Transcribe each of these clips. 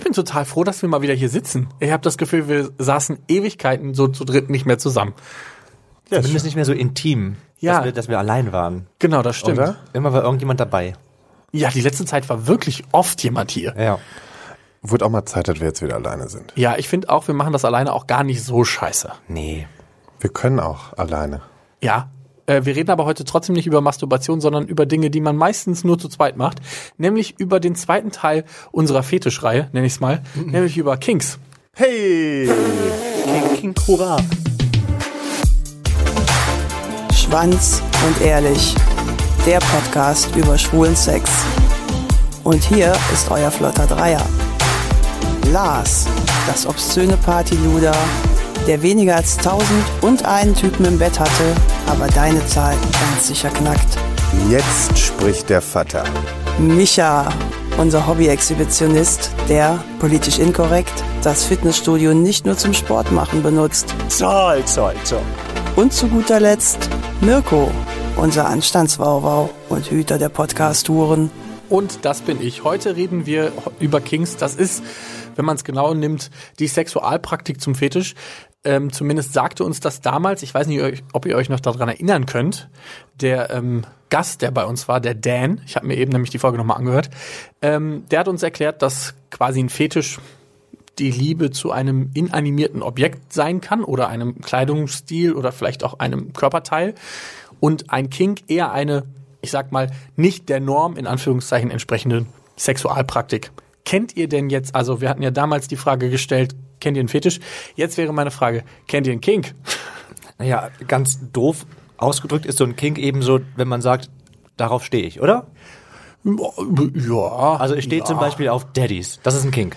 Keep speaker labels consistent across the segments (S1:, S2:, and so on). S1: total froh, dass wir mal wieder hier sitzen. Ich habe das Gefühl, wir saßen Ewigkeiten so zu dritt nicht mehr zusammen.
S2: Ja, Zumindest nicht mehr so intim,
S1: Ja.
S2: dass, wir, dass wir allein waren.
S1: Genau, das stimmt.
S2: Oder? Immer war irgendjemand dabei.
S1: Ja, die letzte Zeit war wirklich oft jemand hier.
S2: Ja.
S3: Wurde auch mal Zeit, dass wir jetzt wieder alleine sind.
S1: Ja, ich finde auch, wir machen das alleine auch gar nicht so scheiße.
S2: Nee.
S3: Wir können auch alleine.
S1: Ja. Äh, Wir reden aber heute trotzdem nicht über Masturbation, sondern über Dinge, die man meistens nur zu zweit macht. Nämlich über den zweiten Teil unserer Fetischreihe, nenne ich es mal. Nämlich über Kings.
S3: Hey!
S2: King Hurra.
S4: Schwanz und ehrlich. Der Podcast über schwulen Sex. Und hier ist euer flotter Dreier. Lars, das obszöne Partyluder, der weniger als tausend und einen Typen im Bett hatte, aber deine Zahl ganz sicher knackt.
S3: Jetzt spricht der Vater.
S4: Micha, unser Hobby-Exhibitionist, der, politisch inkorrekt, das Fitnessstudio nicht nur zum Sport machen benutzt.
S5: Zoll, Zoll, Zoll.
S4: Und zu guter Letzt Mirko, unser Anstandswauwau und Hüter der Podcast-Touren.
S1: Und das bin ich. Heute reden wir über Kings. Das ist, wenn man es genau nimmt, die Sexualpraktik zum Fetisch. Ähm, zumindest sagte uns das damals, ich weiß nicht, euch- ob ihr euch noch daran erinnern könnt, der ähm, Gast, der bei uns war, der Dan, ich habe mir eben nämlich die Folge nochmal angehört, ähm, der hat uns erklärt, dass quasi ein Fetisch die Liebe zu einem inanimierten Objekt sein kann oder einem Kleidungsstil oder vielleicht auch einem Körperteil und ein Kink eher eine, ich sag mal, nicht der Norm in Anführungszeichen entsprechende Sexualpraktik. Kennt ihr denn jetzt, also wir hatten ja damals die Frage gestellt, kennt ihr einen Fetisch? Jetzt wäre meine Frage, kennt ihr einen Kink?
S2: Naja, ganz doof ausgedrückt ist so ein King eben so, wenn man sagt, darauf stehe ich, oder?
S1: Ja.
S2: Also ich stehe zum Beispiel auf Daddies. Das ist ein King.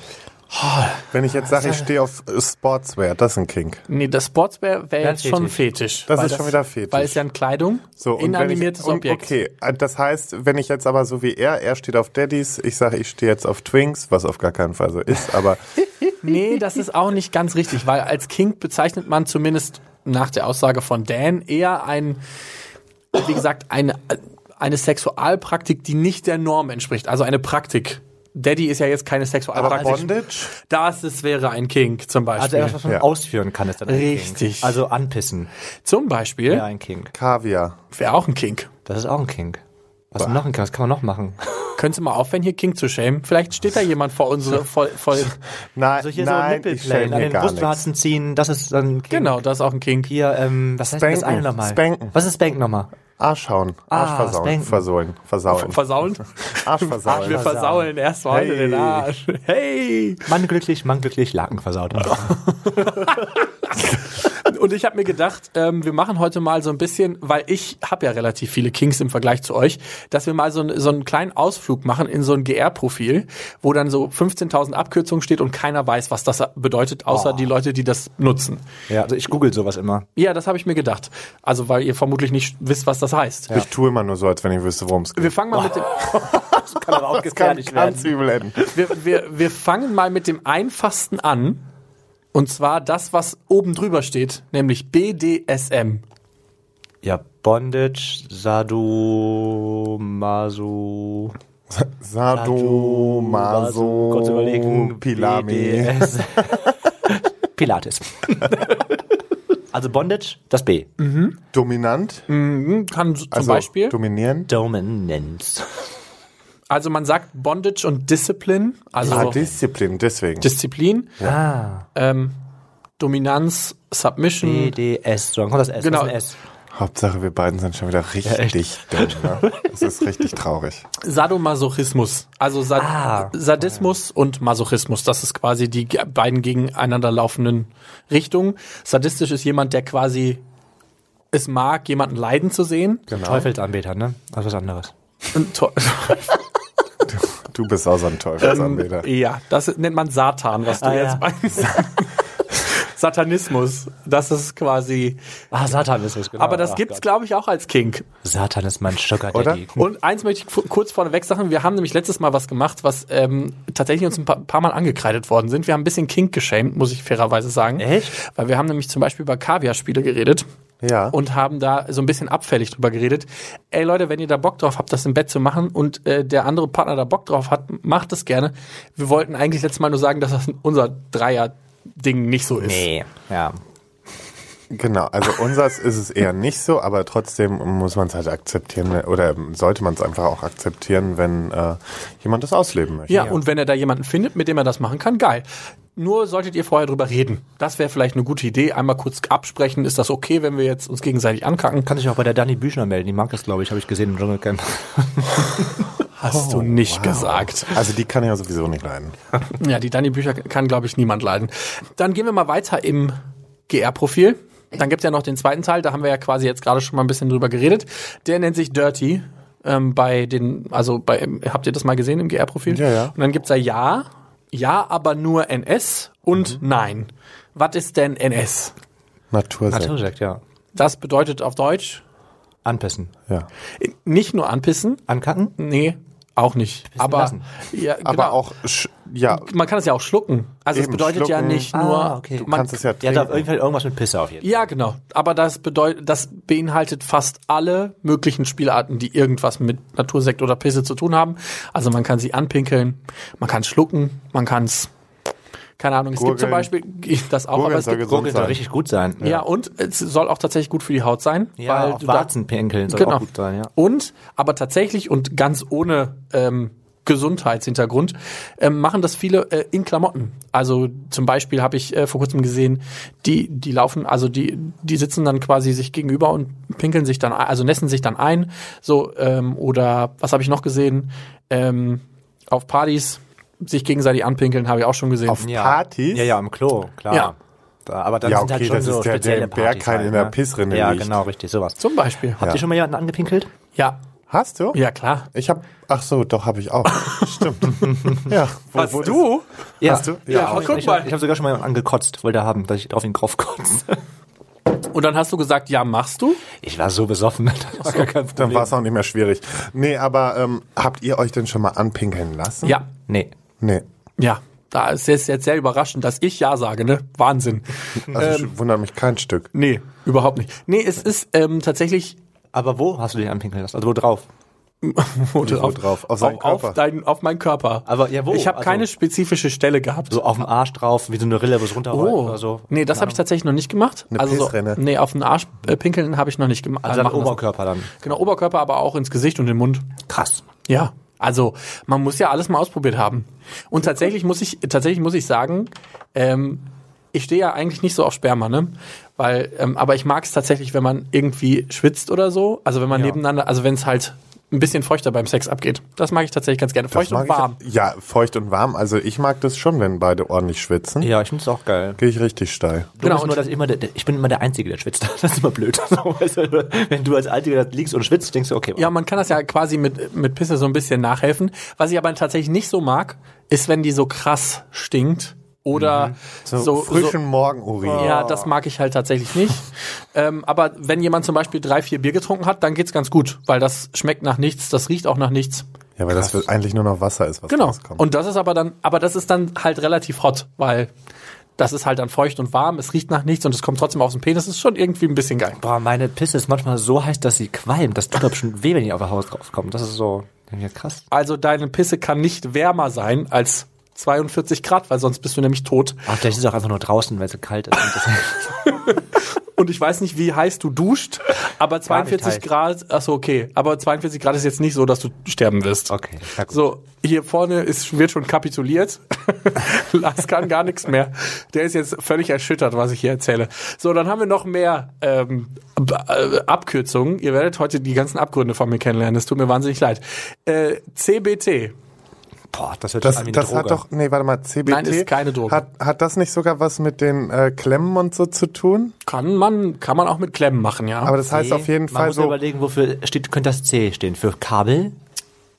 S3: Wenn ich jetzt sage, ich stehe auf äh, Sportswear, das ist ein Kink.
S1: Nee, das Sportswear wäre
S2: Ja,
S1: jetzt schon Fetisch.
S3: Das
S1: Weil
S3: ist schon wieder Fetisch.
S1: Weil es ja ein Kleidung,
S3: wenn ich-
S1: inanimiertes
S3: und
S1: Objekt.
S3: Okay, äh, das heißt, wenn ich jetzt aber so wie er, er steht auf Daddies, ich sage, ich stehe jetzt auf Twinks, was auf gar keinen Fall so ist, aber
S1: Nee, das ist auch nicht ganz richtig, weil als Kink bezeichnet man zumindest nach der Aussage von Dan eher ein, wie gesagt, eine, eine Sexualpraktik, die nicht der Norm entspricht. Also eine Praktik. Daddy ist ja jetzt keine
S3: aber
S1: Sexualpraktik.
S3: Bondage?
S1: das ist, wäre ein Kink zum
S2: Also
S1: Beispiel.
S2: etwas, was man
S3: Ja.
S2: ausführen kann, ist dann ein King.
S1: Richtig.
S2: Also anpissen.
S1: zum Beispiel
S2: Ja, ein King.
S3: Kaviar.
S1: wäre auch ein Kink.
S2: Das ist auch ein King. Was ist noch ein King? Was kann man noch machen?
S1: Könntest du mal aufhören, hier Kink zu schämen? Vielleicht steht da jemand vor unsere, vor, vor,
S3: Nein,
S2: So Also hier
S3: nein,
S2: so
S3: ich
S2: Nippelplay,
S3: stelle
S2: an
S3: mir
S2: den
S3: gar nichts.
S2: Brustwarzen ziehen, das ist dann ein King.
S1: genau, das ist auch ein Kink.
S2: Hier, ähm, was heißt denn das
S3: Spanken.
S2: eine nochmal?
S3: Spanken.
S2: Was ist Spank nochmal?
S3: Arsch hauen, Arsch versauen,
S2: spanken.
S3: versäulen, versauen,
S1: Versauen?
S3: Arsch
S1: Wir
S3: versauen.
S1: versaulen erst mal heute
S3: Hey.
S1: den Arsch. Hey!
S2: Mann glücklich, Mann glücklich, Laken versaut.
S1: Und ich habe mir gedacht, ähm, wir machen heute mal so ein bisschen, weil ich habe ja relativ viele Kings im Vergleich zu euch, dass wir mal so, ein, so einen kleinen Ausflug machen in so ein GR-Profil, wo dann so 15.000 Abkürzungen steht und keiner weiß, was das bedeutet, außer die Leute, die das nutzen.
S2: ja, also ich google sowas immer.
S1: Ja, das habe ich mir gedacht. Also, weil ihr vermutlich nicht wisst, was das heißt.
S3: Ich tue immer nur so, als wenn ich wüsste, worum es geht.
S1: Wir fangen mal mit dem,
S2: Kann aber auch
S3: Kann ganz übel enden.
S1: wir, wir, wir fangen mal mit dem einfachsten an. Und zwar das, was oben drüber steht, nämlich BDSM.
S2: Ja, Bondage, Sado, Maso,
S3: Sado, Maso,
S2: kurz überlegen,
S3: Pilami.
S2: BDS. Pilates. also Bondage, das B.
S3: Dominant,
S1: Kann so- zum
S3: also
S1: Beispiel.
S3: dominieren.
S2: Dominance.
S1: Also man sagt Bondage und Discipline, also
S3: Ah, Disziplin, deswegen.
S1: Disziplin, ähm, Dominanz, Submission.
S2: BDS, so, dann kommt das S.
S1: Genau.
S2: Das ist ein S.
S3: Hauptsache, wir beiden sind schon wieder richtig dumm. Ne? Das ist richtig traurig.
S1: Sadomasochismus, also Sa
S2: Ah.
S1: Sadismus und Masochismus. Das ist quasi die ge- beiden gegeneinander laufenden Richtungen. Sadistisch ist jemand, der quasi es mag, jemanden leiden zu sehen.
S2: Teufelsanbeter, ne? Also was anderes.
S1: Und to-
S3: Du bist auch so ein Teufelsanbeter.
S1: ja, das nennt man Satan, was du
S2: Ah,
S1: jetzt
S2: ja.
S1: meinst. Satanismus, das ist quasi.
S2: Ah, Satan ist es, genau.
S1: Aber das
S2: Ach
S1: gibt's,
S2: Gott.
S1: glaube ich, auch als Kink.
S2: Satan ist mein Sugar Daddy.
S1: Und eins möchte ich fu- kurz vorneweg sagen, wir haben nämlich letztes Mal was gemacht, was ähm, tatsächlich uns ein paar, paar Mal angekreidet worden sind. Wir haben ein bisschen Kink geschämt, muss ich fairerweise sagen.
S2: Echt?
S1: Weil wir haben nämlich zum Beispiel über Kaviar-Spiele geredet.
S3: Ja.
S1: und haben da so ein bisschen abfällig drüber geredet. Ey Leute, wenn ihr da Bock drauf habt, das im Bett zu machen und äh, der andere Partner da Bock drauf hat, macht das gerne. Wir wollten eigentlich letztes Mal nur sagen, dass das unser Dreier-Ding nicht so ist.
S2: Nee. Ja.
S3: Genau, also unseres ist es eher nicht so, aber trotzdem muss man es halt akzeptieren ne, oder sollte man es einfach auch akzeptieren, wenn äh, jemand das ausleben möchte.
S1: Ja, und wenn er da jemanden findet, mit dem er das machen kann, geil. Nur solltet ihr vorher drüber reden. Das wäre vielleicht eine gute Idee. Einmal kurz absprechen, ist das okay, wenn wir jetzt uns gegenseitig ankacken?
S2: Kann sich auch bei der Dani Büchner melden, die mag das, glaube ich, habe ich gesehen im Dschungelcamp.
S1: Hast du nicht
S3: Oh, Wow.
S1: gesagt.
S3: Also die kann ja sowieso nicht leiden.
S1: Ja, die Dani Bücher kann, glaube ich, niemand leiden. Dann gehen wir mal weiter im GR-Profil. Dann gibt's ja noch den zweiten Teil, da haben wir ja quasi jetzt gerade schon mal ein bisschen drüber geredet. Der nennt sich Dirty. Ähm, bei den, also bei, ähm, habt ihr das mal gesehen im GR-Profil?
S3: Ja, ja.
S1: Und dann gibt's da Ja, Ja, aber nur NS und
S3: Mhm.
S1: Nein. Was ist denn NS?
S3: Natursekt.
S2: Natursekt, ja.
S1: Das bedeutet auf Deutsch
S2: Anpissen.
S3: Ja.
S1: äh, nicht nur anpissen,
S2: Ankacken?
S1: nee, auch nicht. Aber,
S2: lassen.
S1: ja,
S3: Aber
S1: genau.
S3: auch, sch- ja,
S1: man kann es ja auch schlucken. Also es
S3: Eben,
S1: bedeutet ja
S3: schlucken.
S1: nicht
S2: Ah,
S1: nur,
S2: okay. Du
S3: du kannst es ja
S2: Ja,
S3: trinken.
S2: da auf jeden Fall irgendwas mit Pisse auf jeden Fall.
S1: Ja, genau. Aber das bedeutet, das beinhaltet fast alle möglichen Spielarten, die irgendwas mit Natursekt oder Pisse zu tun haben. Also man kann sie anpinkeln, man kann es schlucken, man kann es, keine Ahnung, es gibt zum Beispiel
S3: Gurgeln.
S1: das auch,
S3: Gurgeln
S1: aber es
S3: soll
S1: gibt,
S3: gesund
S2: Gurgeln
S3: sein.
S2: soll richtig gut sein.
S1: ja. und es soll auch tatsächlich gut für die Haut sein,
S2: Ja,
S1: weil
S2: auch
S1: du da- Genau.
S2: Warzenpinkeln soll halt auch gut sein, ja.
S1: Und, aber tatsächlich und ganz ohne ähm, Gesundheitshintergrund, ähm, machen das viele äh, in Klamotten. Also zum Beispiel habe ich äh, vor kurzem gesehen, die, die laufen, also die, die sitzen dann quasi sich gegenüber und pinkeln sich dann, ein- also nässen sich dann ein. So, ähm, oder was habe ich noch gesehen? Ähm, auf Partys sich gegenseitig anpinkeln, habe ich auch schon gesehen.
S3: Auf Partys?
S2: Ja, ja, im Klo, klar.
S1: Ja.
S2: Da, aber dann
S3: Ja,
S2: sind halt
S3: okay,
S2: schon
S3: das
S2: so
S3: ist der- der
S2: spezielle Partys
S3: Berghain
S2: halt,
S3: in der
S2: ne?
S3: Pissrinne
S2: Ja,
S3: liegt.
S2: genau, richtig, sowas.
S1: zum Beispiel.
S2: Habt ihr schon mal jemanden angepinkelt?
S1: Ja.
S3: Hast du?
S1: Ja, klar.
S3: Ich hab, ach so, doch, habe ich auch. Stimmt. ja. Wo, wo ist-
S2: Ja.
S3: Hast du?
S1: Ja,
S2: aber
S1: guck
S2: ich,
S1: mal.
S2: Ich habe sogar schon mal jemanden angekotzt, wollte er haben, dass ich auf ihn drauf kotze.
S1: Und dann hast du gesagt, ja, machst du?
S2: Ich war so besoffen, das war gar kein
S3: Dann
S2: Problem.
S3: war es auch nicht mehr schwierig. Nee, aber ähm, habt ihr euch denn schon mal anpinkeln lassen?
S1: Ja.
S2: Nee.
S3: Nee.
S1: Ja, da ist es jetzt sehr überraschend, dass ich Ja sage, ne? Wahnsinn.
S3: Also ich wundert mich kein Stück.
S1: Nee, überhaupt nicht. Nee, es ist ähm, tatsächlich
S2: Aber wo hast du dich anpinkeln lassen? Also wo drauf?
S1: wurde
S3: Wo drauf? Auf seinen
S1: auf,
S3: Körper?
S1: deinen, auf meinen Körper.
S2: Aber ja, wo?
S1: Ich habe
S2: Also-
S1: keine spezifische Stelle gehabt. Oh.
S2: So also, auf dem Arsch drauf, wie so eine Rille, wo es runterrollt oder so.
S1: Nee, das habe ich tatsächlich noch nicht gemacht. Also
S3: Eine
S1: so,
S3: Pissrinne.
S1: nee, auf den Arsch äh, pinkeln habe ich noch nicht gemacht.
S2: Also
S1: Äh,
S2: dann
S1: machen lassen.
S2: Oberkörper dann.
S1: Genau, Oberkörper, aber auch ins Gesicht und den Mund.
S2: Krass.
S1: Ja, also man muss ja alles mal ausprobiert haben. Und tatsächlich muss ich, tatsächlich muss ich sagen, ähm, ich stehe ja eigentlich nicht so auf Sperma, ne? Weil, ähm, aber ich mag es tatsächlich, wenn man irgendwie schwitzt oder so. Also wenn man
S2: Ja.
S1: nebeneinander, also wenn es halt ein bisschen feuchter beim Sex abgeht. Das mag ich tatsächlich ganz gerne. Feucht
S3: Das
S1: und
S3: mag
S1: warm.
S3: Ich, ja, feucht und warm. Also ich mag das schon, wenn beide ordentlich schwitzen.
S2: Ja, ich finde es auch geil.
S3: Gehe ich richtig steil.
S1: Genau,
S2: Genau, nur,
S1: und-
S2: dass ich, immer der, der- ich bin immer der Einzige, der schwitzt. Das ist immer blöd. So, weißt du, Wenn du als Einziger da liegst und schwitzt, denkst du, okay,
S1: Ja, man kann das ja quasi mit, mit Pisse so ein bisschen nachhelfen. Was ich aber tatsächlich nicht so mag, ist, wenn die so krass stinkt oder
S3: Mhm. So, Oh. frischen Morgenurin.
S1: Ja,
S2: Oh.
S1: das mag ich halt tatsächlich nicht. ähm, aber wenn jemand zum Beispiel drei, vier Bier getrunken hat, dann geht's ganz gut, weil das schmeckt nach nichts, das riecht auch nach nichts.
S3: Ja, weil das wird eigentlich nur noch Wasser ist, was
S1: Genau.
S3: rauskommt.
S1: Und das ist aber dann, aber das ist dann halt relativ hot, weil das ist halt dann feucht und warm, es riecht nach nichts und es kommt trotzdem aus dem Penis, ist schon irgendwie ein bisschen geil.
S2: Boah, meine Pisse ist manchmal so heiß, dass sie qualmt. Das tut doch schon weh, wenn die auf der Haut draufkommt. Das ist so denk ich, krass.
S1: Also deine Pisse kann nicht wärmer sein als 42 Grad, weil sonst bist du nämlich tot.
S2: Aber Ah, vielleicht ist es auch einfach nur draußen, weil es so kalt ist. Und das-
S1: Und ich weiß nicht, wie heiß du duscht, aber
S2: Gar nicht
S1: 42 Grad, achso, okay. Aber 42 Grad ist jetzt nicht so, dass du sterben wirst.
S2: okay, na gut.
S1: So, hier vorne ist, wird schon kapituliert. Lars kann gar nichts mehr. Der ist jetzt völlig erschüttert, was ich hier erzähle. So, dann haben wir noch mehr ähm, B- äh, Abkürzungen. Ihr werdet heute die ganzen Abgründe von mir kennenlernen. Es tut mir wahnsinnig leid. Äh, CBT.
S2: Boah, das wird
S3: das,
S2: schon an wie eine
S3: das
S2: Droge.
S3: hat doch, nee, warte mal, CBT.
S1: Nein, ist keine Droge.
S3: Hat, hat das nicht sogar was mit den äh, Klemmen und so zu tun?
S1: Kann man, kann man auch mit Klemmen machen, ja.
S3: Aber das heißt
S2: Nee,
S3: auf jeden
S2: Man
S3: Fall
S2: muss
S3: so,
S2: überlegen, wofür steht, könnte das C stehen? Für Kabel?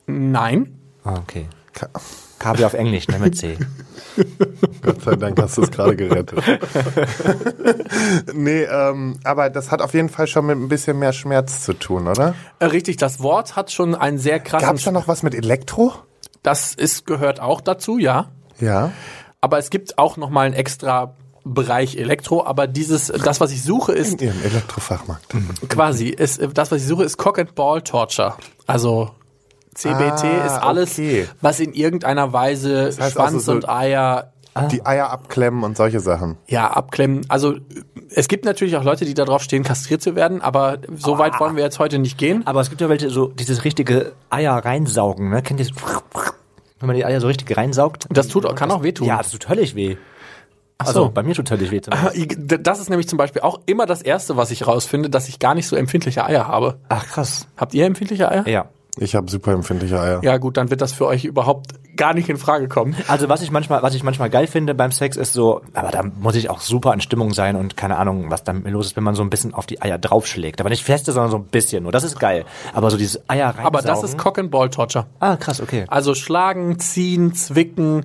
S1: Nein.
S2: Ah, okay.
S3: Ka-
S2: Kabel auf Englisch, nehmen wir C.
S3: Gott sei Dank hast du es gerade gerettet. nee, ähm, aber das hat auf jeden Fall schon mit ein bisschen mehr Schmerz zu tun, oder?
S1: Äh, richtig, das Wort hat schon einen sehr krassen.
S3: Gab es da noch was mit Elektro?
S1: das ist, gehört auch dazu, ja.
S3: Ja.
S1: Aber es gibt auch noch mal ein extra Bereich Elektro, aber dieses, das, was ich suche, ist
S3: Ihren Elektrofachmarkt.
S1: quasi, ist, äh, das, was ich suche, ist Cock and Ball Torture. Also CBT
S3: Ah,
S1: ist alles,
S3: okay.
S1: was in irgendeiner Weise
S3: heißt
S1: Schwanz
S3: also so-
S1: und Eier
S3: Die Eier abklemmen und solche Sachen.
S1: ja, abklemmen. Also äh, es gibt natürlich auch Leute, die darauf stehen, kastriert zu werden, aber so weit wollen wir jetzt heute nicht gehen.
S2: Aber es gibt ja welche, so dieses richtige Eier reinsaugen, ne? Kennt ihr das? Wenn man die Eier so richtig reinsaugt.
S1: Das tut, auch- kann auch wehtun.
S2: Ja, das tut höllisch weh.
S1: so.
S2: Also bei mir tut höllisch weh. zum Beispiel.
S1: Das ist nämlich zum Beispiel auch immer das Erste, was ich rausfinde, dass ich gar nicht so empfindliche Eier habe.
S2: Ach krass.
S1: Habt ihr empfindliche Eier?
S2: Ja.
S3: Ich habe super empfindliche Eier.
S1: Ja gut, dann wird das für euch überhaupt gar nicht in Frage kommen.
S2: Also was ich manchmal, was ich manchmal geil finde beim Sex ist so, aber da muss ich auch super in Stimmung sein und keine Ahnung, was damit los ist, wenn man so ein bisschen auf die Eier draufschlägt. Aber nicht feste, sondern so ein bisschen. Nur das ist geil. Aber so dieses Eier reinsaugen.
S1: Aber das ist Cock and Ball Torture.
S2: Ah krass, okay.
S1: Also schlagen, ziehen, zwicken,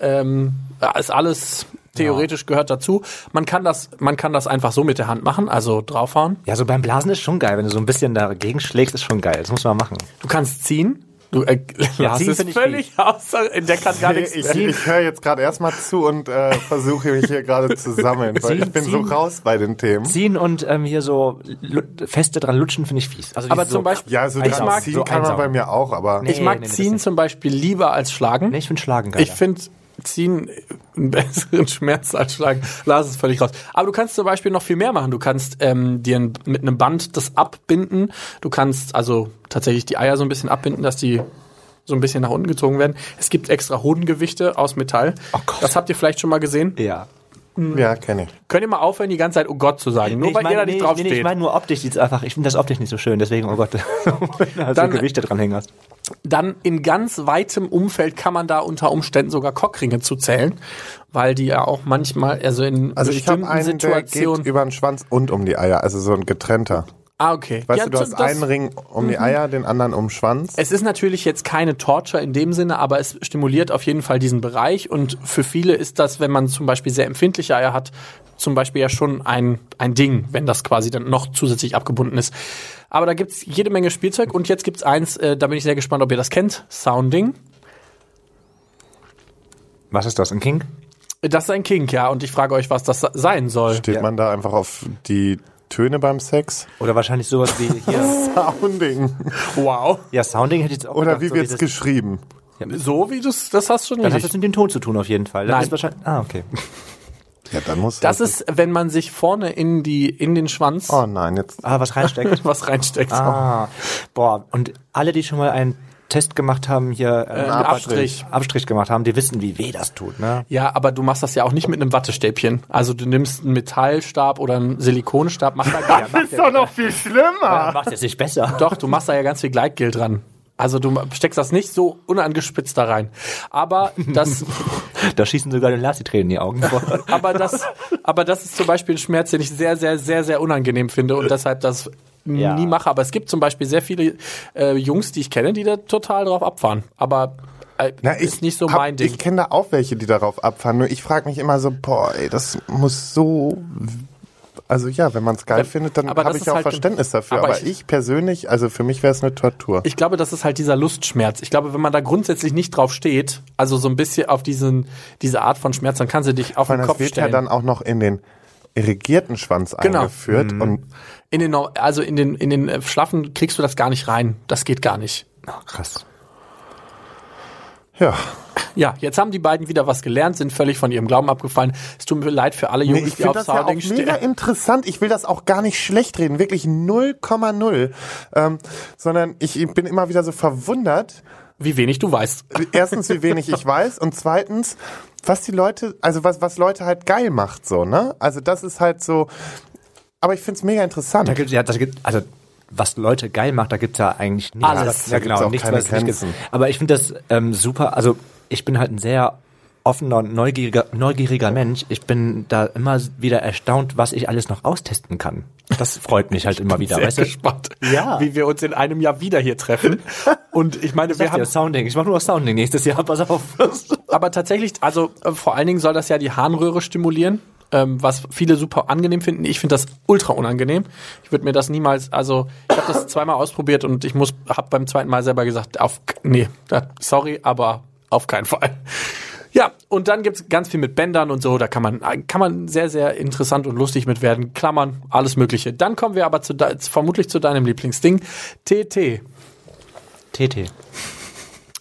S1: ähm, ist alles theoretisch gehört dazu. Man kann das, man kann das einfach so mit der Hand machen, also draufhauen.
S2: Ja, so beim Blasen ist schon geil, wenn du so ein bisschen dagegen schlägst, ist schon geil. Das muss man machen.
S1: Du kannst ziehen. Du äh,
S2: Ja,
S1: ziehen
S2: ziehen
S1: ist
S2: find ich
S1: völlig außer der kann gar nichts.
S3: Ich, ich höre jetzt gerade erstmal zu und äh, versuche mich hier gerade zu sammeln, weil ich bin so raus bei den Themen.
S2: Ziehen und ähm, hier so lu- feste dran lutschen finde ich fies. Also
S1: Aber
S2: dieses so,
S1: zum Beispiel,
S3: Ja, so
S2: Ich
S3: dran
S2: mag-
S3: ziehen
S2: so
S3: kann man
S2: einsam.
S3: bei mir auch, aber
S1: ich mag
S2: nee, nee, das
S1: ziehen
S2: nicht.
S1: zum Beispiel lieber als schlagen.
S2: Nee, ich finde Schlagen geil.
S1: Ich finde ziehen einen besseren Schmerz als schlagen. Lass es völlig raus. Aber du kannst zum Beispiel noch viel mehr machen. Du kannst ähm, dir ein, mit einem Band das abbinden. Du kannst also tatsächlich die Eier so ein bisschen abbinden, dass die so ein bisschen nach unten gezogen werden. Es gibt extra Hodengewichte aus Metall.
S2: Oh Gott.
S1: Das habt ihr vielleicht schon mal gesehen.
S2: ja.
S3: ja, kenne ich.
S1: Könnt ihr mal aufhören, die ganze Zeit Oh Gott zu sagen. Nur
S2: ich
S1: weil
S2: mein-
S1: ihr da nicht
S2: nee,
S1: draufsteht.
S2: Nee, ich meine nur optisch sieht's einfach, ich finde das optisch nicht so schön, deswegen, oh Gott, wenn du
S1: Dann-
S2: so Gewichte dranhängen hast.
S1: dann in ganz weitem Umfeld kann man da unter Umständen sogar Cockringe zu zählen, weil die ja auch manchmal, also in
S3: Also ich
S1: bestimmten
S3: habe einen, der geht
S1: Situationen.
S3: über den Schwanz und um die Eier, also so ein getrennter.
S1: ah, okay.
S3: Weißt
S1: Ja,
S3: du, du
S1: so-
S3: hast
S1: das-
S3: einen Ring um die Eier, den anderen um den Schwanz.
S1: Es ist natürlich jetzt keine Torture in dem Sinne, aber es stimuliert auf jeden Fall diesen Bereich und für viele ist das, wenn man zum Beispiel sehr empfindliche Eier hat, zum Beispiel ja schon ein, ein Ding, wenn das quasi dann noch zusätzlich abgebunden ist. Aber da gibt's jede Menge Spielzeug und jetzt gibt's eins, äh, da bin ich sehr gespannt, ob ihr das kennt, Sounding.
S2: Was ist das, ein King?
S1: Das ist ein Kink, ja, und ich frage euch, was das sein soll.
S3: Steht man da einfach auf die Töne beim Sex?
S2: Oder wahrscheinlich sowas wie hier,
S3: Sounding.
S1: Wow.
S2: ja, Sounding hätte ich jetzt auch
S3: Oder
S2: gedacht,
S3: wie
S2: so
S3: wird's
S2: dieses-
S3: geschrieben?
S1: So wie das, das hast du
S2: Dann hat das
S1: nicht.
S2: mit dem Ton zu tun auf jeden Fall. Das
S1: Nein.
S2: ist wahrscheinlich, ah, okay.
S3: Ja, dann muss
S1: Das ist, wenn man sich vorne in die, in den Schwanz
S3: Oh nein, jetzt
S2: Ah, was reinsteckt.
S1: was reinsteckt.
S2: ah, boah, und alle, die schon mal einen Test gemacht haben, hier äh,
S1: Ein Abstrich.
S2: Abstrich gemacht haben, die wissen, wie weh das tut, ne?
S1: Ja, aber du machst das ja auch nicht mit einem Wattestäbchen. Also du nimmst einen Metallstab oder einen Silikonstab, machst da
S2: Ja, macht, ja,
S3: doch noch viel schlimmer.
S2: macht jetzt nicht besser.
S1: doch, du machst da ja ganz viel Gleitgel dran. Also du steckst das nicht so unangespitzt da rein. Aber das,
S2: Da schießen sogar den Lars die Tränen in die Augen.
S1: aber das, aber das ist zum Beispiel ein Schmerz, den ich sehr, sehr, sehr, sehr unangenehm finde und deshalb das
S2: Ja.
S1: nie mache. Aber es gibt zum Beispiel sehr viele äh, Jungs, die ich kenne, die da total drauf abfahren. Aber äh,
S3: Na, ich
S1: ist nicht so
S3: hab-
S1: mein Ding.
S3: Ich kenne da auch welche, die darauf abfahren. Nur ich frage mich immer so, boah, ey, das muss so. Also ja, wenn man es geil findet, dann
S1: aber das
S3: habe ich
S1: ist
S3: auch
S1: halt-
S3: Verständnis dafür.
S1: aber
S3: Aber,
S1: ich-
S3: ich, persönlich, also für mich wäre es eine Tortur.
S1: Ich glaube, das ist halt dieser Lustschmerz. Ich glaube, wenn man da grundsätzlich nicht drauf steht, also so ein bisschen auf diesen, diese Art von Schmerz, dann kannst du dich auf
S3: Weil
S1: den
S3: das
S1: Kopf
S3: wird
S1: stellen.
S3: ja dann auch noch in den irrigierten Schwanz
S1: Genau.
S3: eingeführt. Und
S1: in den, Nor- also in den, in den äh, Schlaffen kriegst du das gar nicht rein. Das geht gar nicht.
S2: krass.
S3: ja,
S1: Ja, jetzt haben die beiden wieder was gelernt, sind völlig von ihrem Glauben abgefallen. Es tut mir leid für alle
S3: nee,
S1: Jungs,
S3: ich
S1: die
S3: finde
S1: auf
S3: das ja auch
S1: Sounding
S3: mega
S1: stehen.
S3: interessant. Ich will das auch gar nicht schlecht reden, wirklich 0,0. Ähm, sondern ich bin immer wieder so verwundert,
S1: Wie wenig du weißt.
S3: erstens, wie wenig ich weiß und zweitens, was die Leute, also was, was Leute halt geil macht, so, ne? Also das ist halt so, aber ich find's mega interessant.
S2: Da gibt, ja, das gibt, also was Leute geil macht, da gibt's ja eigentlich nichts.
S1: Alles.
S2: Was,
S1: Da
S2: ja,
S3: gibt's auch
S2: genau, nichts,
S3: keine
S2: was es nicht gibt.
S3: Grenzen.
S2: Aber ich finde das ähm, super. Also ich bin halt ein sehr offener und neugieriger, neugieriger Mensch. Ich bin da immer wieder erstaunt, was ich alles noch austesten kann. Das freut mich halt immer wieder.
S1: Sehr
S2: Weißt du?
S1: gespannt,
S2: Ja.
S1: wie wir uns in einem Jahr wieder hier treffen. Und ich meine, wir
S2: Wir
S1: haben
S2: haben Sounding. Ich mache nur noch Sounding nächstes Jahr. Pass auf.
S1: aber tatsächlich, also äh, vor allen Dingen soll das ja die Harnröhre stimulieren, ähm, was viele super angenehm finden. Ich finde das ultra unangenehm. Ich würde mir das niemals, also ich habe das zweimal ausprobiert und ich muss, habe beim zweiten Mal selber gesagt, auf, nee, da, sorry, aber auf keinen Fall. Ja, und dann gibt's ganz viel mit Bändern und so. Da kann man, kann man sehr, sehr interessant und lustig mit werden. Klammern, alles Mögliche. Dann kommen wir aber zu de- vermutlich zu deinem Lieblingsding. TT.
S2: TT.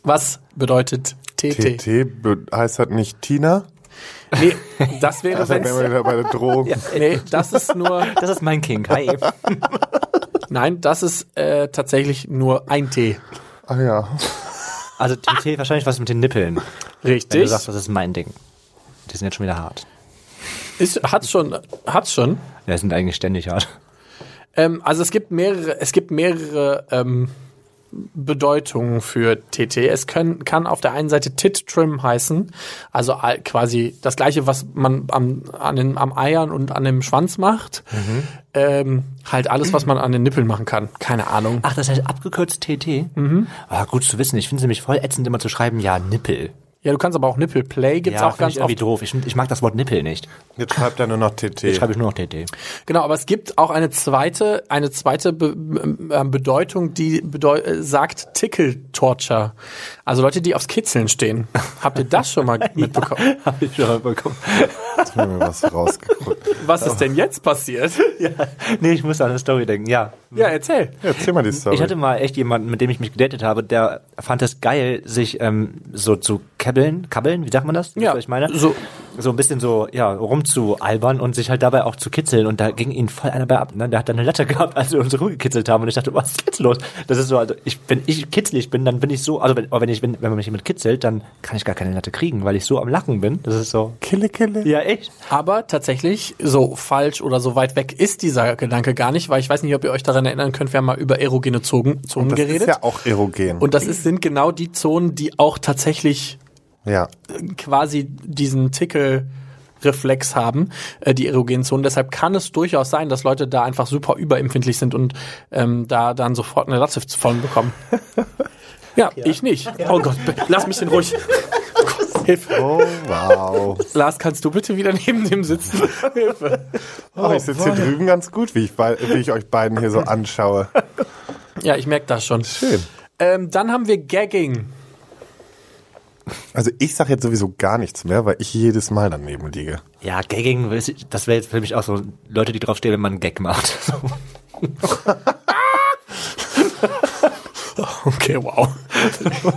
S1: Was bedeutet TT?
S3: TT be- heißt das nicht Tina?
S1: Nee, das wäre,
S3: Dann wären wir
S1: wenn's,
S3: wieder bei der Drohung.
S1: nee, das ist nur,
S2: Das ist mein King. Hi.
S1: nein, das ist äh, tatsächlich nur ein T.
S3: Ah ja.
S2: Also TT wahrscheinlich was mit den Nippeln. Wenn du
S1: Richtig.
S2: sagst, das ist mein Ding. Die sind jetzt schon wieder hart.
S1: Ist, hat's schon, hat's schon.
S2: Ja, die sind eigentlich ständig hart.
S1: Ähm, also es gibt mehrere, es gibt mehrere ähm, Bedeutungen für TT. Es können, kann auf der einen Seite Tit Trim heißen, also all- quasi das gleiche, was man am, an den, am Eiern und an dem Schwanz macht.
S2: Mhm.
S1: Ähm, halt alles, was man an den Nippeln machen kann. Keine Ahnung.
S2: Ach, das heißt abgekürzt TT? Mhm. Ah, gut zu wissen. Ich finde es nämlich voll ätzend, immer zu schreiben, ja, Nippel.
S1: Ja, du kannst aber auch Nippelplay, gibt's
S2: ja,
S1: auch ganz
S2: irgendwie
S1: oft.
S2: doof. Ich, ich mag das Wort Nippel nicht.
S3: Jetzt schreibt er nur noch
S2: Jetzt
S3: TT.
S2: schreibe ich nur noch TT.
S1: Genau, aber es gibt auch eine zweite, eine zweite Be ähm, Bedeutung, die bedeu äh, sagt Tickle Torture. Also Leute, die aufs Kitzeln stehen. Habt ihr das schon mal mitbekommen?
S2: Habe ich schon bekommen.
S3: Jetzt haben wir was rausgeguckt.
S1: Was ist denn jetzt passiert?
S2: Nee, ich muss an eine Story denken, ja.
S1: Ja, erzähl.
S3: Ja, erzähl mal die Story.
S2: Ich hatte mal echt jemanden, mit dem ich mich gedatet habe, der fand es geil, sich ähm, so zu kabbeln, kabbeln, wie sagt man das? Wisst ihr,
S1: Ja,
S2: was ich meine?
S1: so.
S2: so ein bisschen so, ja, rumzualbern und sich halt dabei auch zu kitzeln und da ging ihn voll einer bei ab. Ne? Der hat dann eine Latte gehabt, als wir uns rumgekitzelt haben und ich dachte, was ist jetzt los? Das ist so, also ich, wenn ich kitzelig bin, dann bin ich so, also wenn, aber wenn ich, wenn, wenn man mich jemand kitzelt, dann kann ich gar keine Latte kriegen, weil ich so am Lachen bin. Das ist so.
S3: Kille, Kille.
S2: Ja, echt?
S1: Aber tatsächlich, so falsch oder so weit weg ist dieser Gedanke gar nicht, weil ich weiß nicht, ob ihr euch daran erinnern könnt, wir haben mal über erogene Zonen, Zonen
S3: das
S1: geredet.
S3: ist ja auch erogen.
S1: Und das ist, sind genau die Zonen, die auch tatsächlich
S3: ja.
S1: quasi diesen Tickelreflex haben, äh, die erogenen Zonen. Deshalb kann es durchaus sein, dass Leute da einfach super überempfindlich sind und ähm, da dann sofort eine Latte von bekommen. Ja, ich nicht. Oh Gott, be- lass mich denn ruhig. Hilfe.
S3: Oh, wow.
S1: Lars, kannst du bitte wieder neben dem sitzen? Hilfe.
S3: Oh, ich sitze hier drüben ganz gut, wie ich, bei- wie ich euch beiden hier so anschaue.
S1: Ja, ich merke das schon. Schön. Ähm, dann haben wir Gagging.
S3: Also ich sag jetzt sowieso gar nichts mehr, weil ich jedes Mal daneben liege.
S2: Ja, Gagging, das wäre jetzt für mich auch so Leute, die draufstehen, wenn man einen Gag macht. So.
S1: Okay, wow.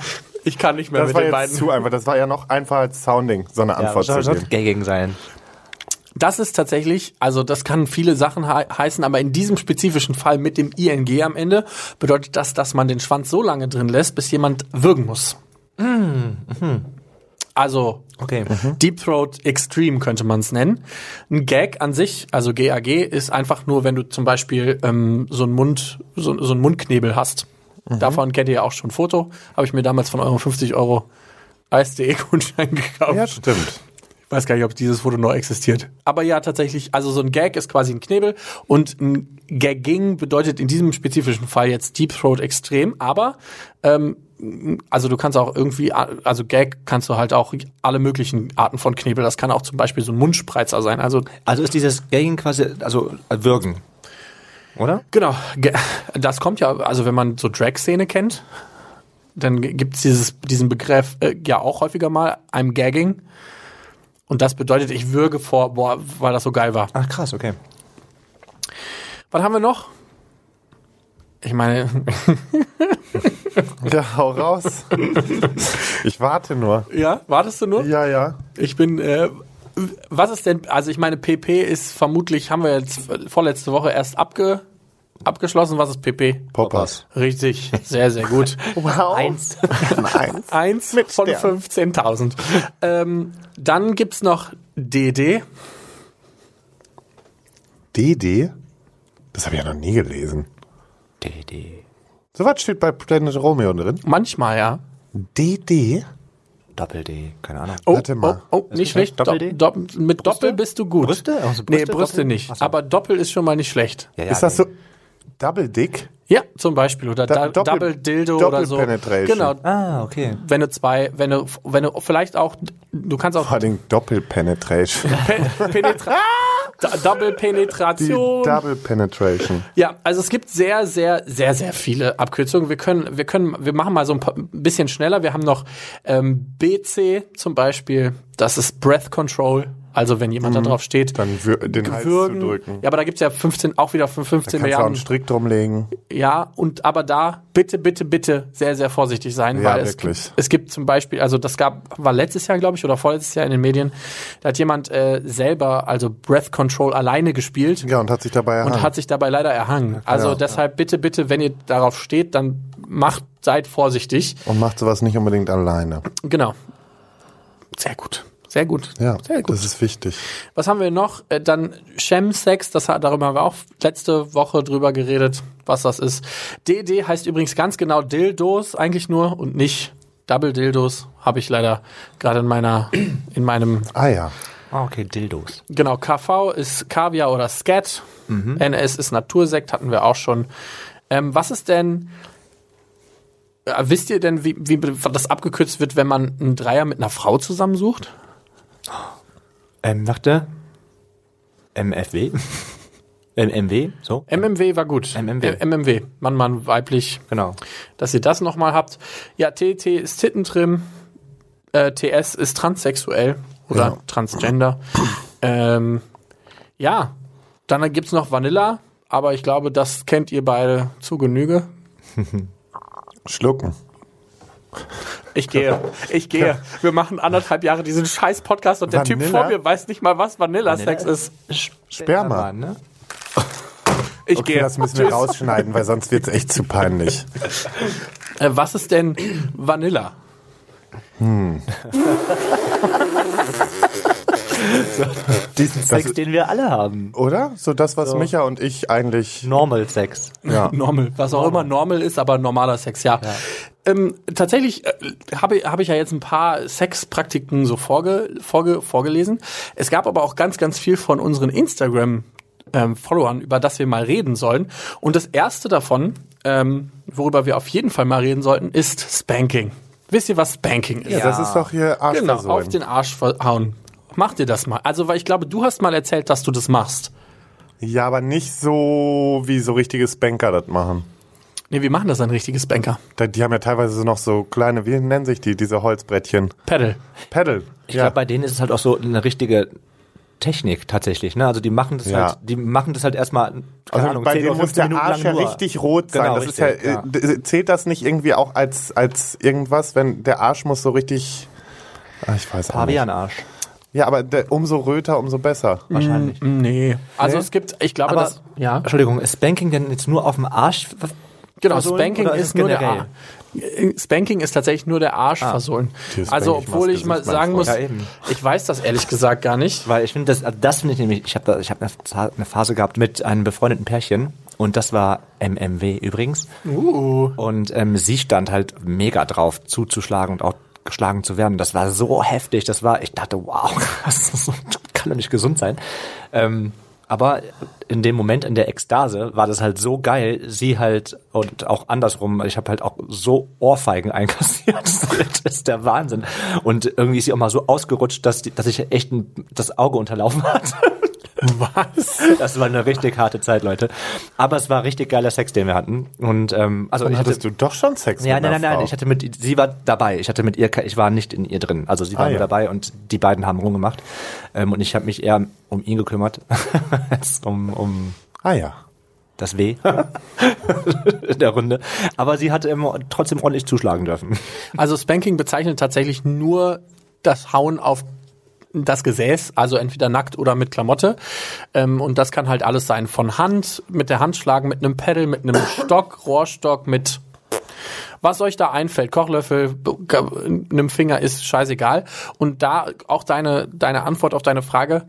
S1: Ich kann nicht mehr
S3: Das
S1: mit
S3: war
S1: den
S3: jetzt
S1: beiden.
S3: zu einfach. Das war ja noch einfacher als Sounding, so eine Antwort
S2: soll,
S3: zu
S2: soll
S3: geben.
S2: Gagging sein.
S1: Das ist tatsächlich, also das kann viele Sachen he heißen, aber in diesem spezifischen Fall mit dem ING am Ende bedeutet das, dass man den Schwanz so lange drin lässt, bis jemand würgen muss. Also
S2: Okay.
S1: Deep Throat Extreme könnte man es nennen. Ein Gag an sich, also GAG, ist einfach nur, wenn du zum Beispiel ähm, so einen Mund, so, so einen Mundknebel hast. Davon kennt ihr ja auch schon ein Foto. Habe ich mir damals von eurem 50 Euro Eis.de-Gutschein gekauft.
S3: Ja, stimmt.
S1: weiß gar nicht, ob dieses Foto noch existiert. Aber ja, tatsächlich, also so ein Gag ist quasi ein Knebel und ein Gagging bedeutet in diesem spezifischen Fall jetzt Deep Throat extrem, aber ähm, also du kannst auch irgendwie, also Gag kannst du halt auch alle möglichen Arten von Knebel, das kann auch zum Beispiel so ein Mundspreizer sein, also
S2: Also ist dieses Gagging quasi, also äh, Würgen. Oder?
S1: Genau, ge- das kommt ja, also wenn man so Drag-Szene kennt, dann gibt es diesen Begriff äh, ja auch häufiger mal, I'm gagging. Und das bedeutet, ich würge vor, boah, weil das so geil war.
S2: Ach krass, okay.
S1: Was haben wir noch? Ich meine,
S3: Ja, hau raus. Ich warte nur.
S1: ja, wartest du nur?
S3: Ja, ja.
S1: Ich bin, äh, was ist denn, also ich meine, PP ist vermutlich, haben wir jetzt vorletzte Woche erst abge, abgeschlossen. Was ist PP?
S3: Poppers.
S1: Richtig, sehr, sehr gut.
S3: Wow.
S2: Eins.
S3: Eins.
S1: Eins von
S3: Stern.
S1: 15.000. Ähm, dann gibt's noch DD.
S3: DD? Das habe ich ja noch nie gelesen.
S2: DD.
S3: Sowas steht bei Planet Romeo drin.
S1: Manchmal, ja.
S3: DD?
S2: Doppel D, keine Ahnung.
S1: Oh,
S3: Warte mal.
S1: Oh, oh nicht schlecht. Doppel
S2: Doppel D?
S1: Doppel, mit Doppel bist du gut.
S2: Brüste? Also
S1: nee,
S2: Brüste,
S1: Brüste
S2: Doppel?
S1: nicht.
S2: Ach so.
S1: Aber Doppel ist schon mal nicht schlecht.
S2: Ja, ja,
S3: Ist das
S2: nee.
S3: so Double Dick?
S1: Ja, zum Beispiel. Oder da,
S3: Da- Doppel-
S1: Double Dildo
S3: Doppel
S1: oder so.
S3: Penetration.
S1: Genau.
S2: Ah, okay.
S1: Wenn du zwei, wenn du, wenn du vielleicht auch, du kannst auch
S3: Vor allem Doppelpenetration.
S1: Pe- Penetra D- Double
S3: Die
S1: Penetration.
S3: Double Penetration.
S1: Ja, also es gibt sehr, sehr, sehr, sehr viele Abkürzungen. Wir können, wir können, wir machen mal so ein paar- ein bisschen schneller. Wir haben noch ähm, BC zum Beispiel. Das ist Breath Control. Also wenn jemand
S3: Mhm.
S1: da drauf steht,
S3: Dann wür- den Hals zu
S1: würgen.
S3: drücken.
S1: Ja, aber da gibt's ja 15, auch wieder von 15
S3: Kannst du auch einen
S1: Milliarden.
S3: Strick drumlegen.
S1: Ja, und aber da bitte, bitte, bitte sehr, sehr vorsichtig sein,
S3: Ja,
S1: weil es
S3: wirklich.
S1: gibt, es gibt zum Beispiel, also das gab, war letztes Jahr, glaube ich, oder vorletztes Jahr in den Medien, da hat jemand äh, selber, also Breath Control alleine gespielt
S3: Ja, und hat sich dabei
S1: und
S3: erhangen.
S1: hat sich dabei leider erhangen. Also
S3: Ah. ja.
S1: deshalb bitte, bitte, wenn ihr darauf steht, dann macht, seid vorsichtig.
S3: und macht sowas nicht unbedingt alleine.
S1: Genau. Sehr gut. Sehr gut.
S3: Ja,
S1: Sehr gut.
S3: das ist wichtig.
S1: Was haben wir noch? Äh, Dann Chemsex, das, hat- darüber haben wir auch letzte Woche drüber geredet, was das ist. DD heißt übrigens ganz genau Dildos eigentlich nur und nicht Double Dildos, habe ich leider gerade in meiner, in meinem
S3: Ah ja,
S2: Ah, okay, Dildos.
S1: Genau, KV ist Kaviar oder Scat. NS ist Natursekt, hatten wir auch schon. Ähm, was ist denn, äh, wisst ihr denn, wie, wie das abgekürzt wird, wenn man einen Dreier mit einer Frau zusammensucht?
S2: Ähm, dachte. MFW? MMW? So?
S1: MMW war gut.
S2: MMW.
S1: Äh, MMW, Mann, Mann, weiblich,
S2: Genau.
S1: dass ihr das nochmal habt. Ja, TT ist Tittentrim. Äh, TS ist transsexuell oder
S3: Ja.
S1: transgender. ähm, ja, dann gibt's noch Vanilla, aber ich glaube, das kennt ihr beide zu Genüge.
S3: schlucken.
S1: Ich gehe, ich gehe. Wir machen anderthalb Jahre diesen scheiß Podcast und der Typ
S3: Vanilla?
S1: vor mir weiß nicht mal, was Vanilla-Sex
S2: Vanilla?
S1: ist.
S3: Sperma.
S2: ne?
S1: Ich
S3: Okay,
S1: gehe.
S3: das müssen wir
S1: Tschüss.
S3: rausschneiden, weil sonst wird's echt zu peinlich.
S1: Äh, was ist denn Vanilla?
S3: Diesen also
S2: Sex, den wir alle haben.
S3: oder? So das, was Micha und ich eigentlich.
S2: Normal Sex.
S3: Ja.
S1: Normal, was auch immer normal ist, aber normaler Sex, ja. Ähm, tatsächlich äh, habe habe ich ja jetzt ein paar Sexpraktiken so vorge, vorge, vorgelesen. Es gab aber auch ganz, ganz viel von unseren Instagram ähm, Followern, über das wir mal reden sollen. Und das erste davon, ähm, worüber wir auf jeden Fall mal reden sollten, ist Spanking. Wisst ihr, was Spanking ist?
S3: Ja, das ist doch hier
S1: Genau,
S3: Arschversohlen.
S1: auf den Arsch verhauen. Mach dir das mal. Also, weil ich glaube, du hast mal erzählt, dass du das machst.
S3: Ja, aber nicht so, wie so richtige Spanker das machen.
S1: Nee, wir machen das ein richtiges Banker.
S3: Da, die haben ja teilweise noch so kleine, wie nennen sich die, diese Holzbrettchen?
S1: Pedal.
S3: Pedal.
S2: Ich glaube, bei denen ist es halt auch so eine richtige Technik tatsächlich, ne? Also die machen das
S3: Ja.
S2: halt, die machen das halt erstmal, keine
S3: also
S2: Ahnung,
S3: bei
S2: 10
S3: denen
S2: oder
S3: muss der
S2: 15 Minuten
S3: Arsch ja
S2: lang nur.
S3: richtig rot sein.
S2: Genau,
S3: das
S2: richtig,
S3: ist ja,
S2: ja.
S3: äh, d- zählt das nicht irgendwie auch als, als irgendwas, wenn der Arsch muss so richtig. Ah, ich weiß auch nicht.
S2: Pavianarsch.
S3: Ja, aber der, umso röter, umso besser.
S2: Wahrscheinlich.
S1: Nee. Also es gibt, ich glaube,
S2: Aber-
S1: das, ja.
S2: Entschuldigung, ist Spanking denn jetzt nur auf dem Arsch?
S1: Genau,
S2: versohlen
S1: Spanking
S2: oder
S1: ist,
S2: ist es
S1: nur der
S2: generell?
S1: Arsch. Spanking ist tatsächlich nur der Arsch versohlen.
S3: Hier spank
S1: Also,
S3: ich
S1: obwohl
S3: mal
S1: ich
S3: das
S1: mal
S3: Gesicht
S1: sagen muss,
S3: meines
S2: Freundes. Ja, eben.
S1: ich weiß das ehrlich gesagt gar nicht.
S2: Weil ich finde, das, also das finde ich nämlich, ich habe da, ich habe eine, Pha- eine Phase gehabt mit einem befreundeten Pärchen und das war MMW übrigens. Und ähm, sie stand halt mega drauf, zuzuschlagen und auch geschlagen zu werden. Das war so heftig, das war, ich dachte, wow, das ist so- kann doch nicht gesund sein. Ähm, aber in dem Moment in der Ekstase war das halt so geil, sie halt und auch andersrum, ich habe halt auch so Ohrfeigen einkassiert, das ist der Wahnsinn. Und irgendwie ist sie auch mal so ausgerutscht, dass, die, dass ich echt ein, das Auge unterlaufen hatte.
S1: Was?
S2: Das war eine richtig harte Zeit, Leute. Aber es war richtig geiler Sex, den wir hatten. Und ähm, also
S3: Dann
S2: ich hatte,
S3: hattest du doch schon Sex
S2: ja,
S3: mit
S2: nein,
S3: einer
S2: nein, nein.
S3: Frau.
S2: Ich hatte mit, sie war dabei. Ich hatte mit ihr, ke- ich war nicht in ihr drin. Also sie war
S3: Ah,
S2: nur
S3: ja.
S2: dabei und die beiden haben rumgemacht. Ähm, und ich habe mich eher um ihn gekümmert als um, um
S3: ah ja.
S2: das Weh in der Runde. Aber sie hatte immer trotzdem ordentlich zuschlagen dürfen.
S1: Also, Spanking bezeichnet tatsächlich nur das Hauen auf das Gesäß, also entweder nackt oder mit Klamotte. Ähm, und das kann halt alles sein. Von Hand, mit der Hand schlagen, mit einem Pedal, mit einem Stock, Rohrstock, mit was euch da einfällt, Kochlöffel, B- G- einem Finger ist scheißegal. Und da auch deine, deine Antwort auf deine Frage,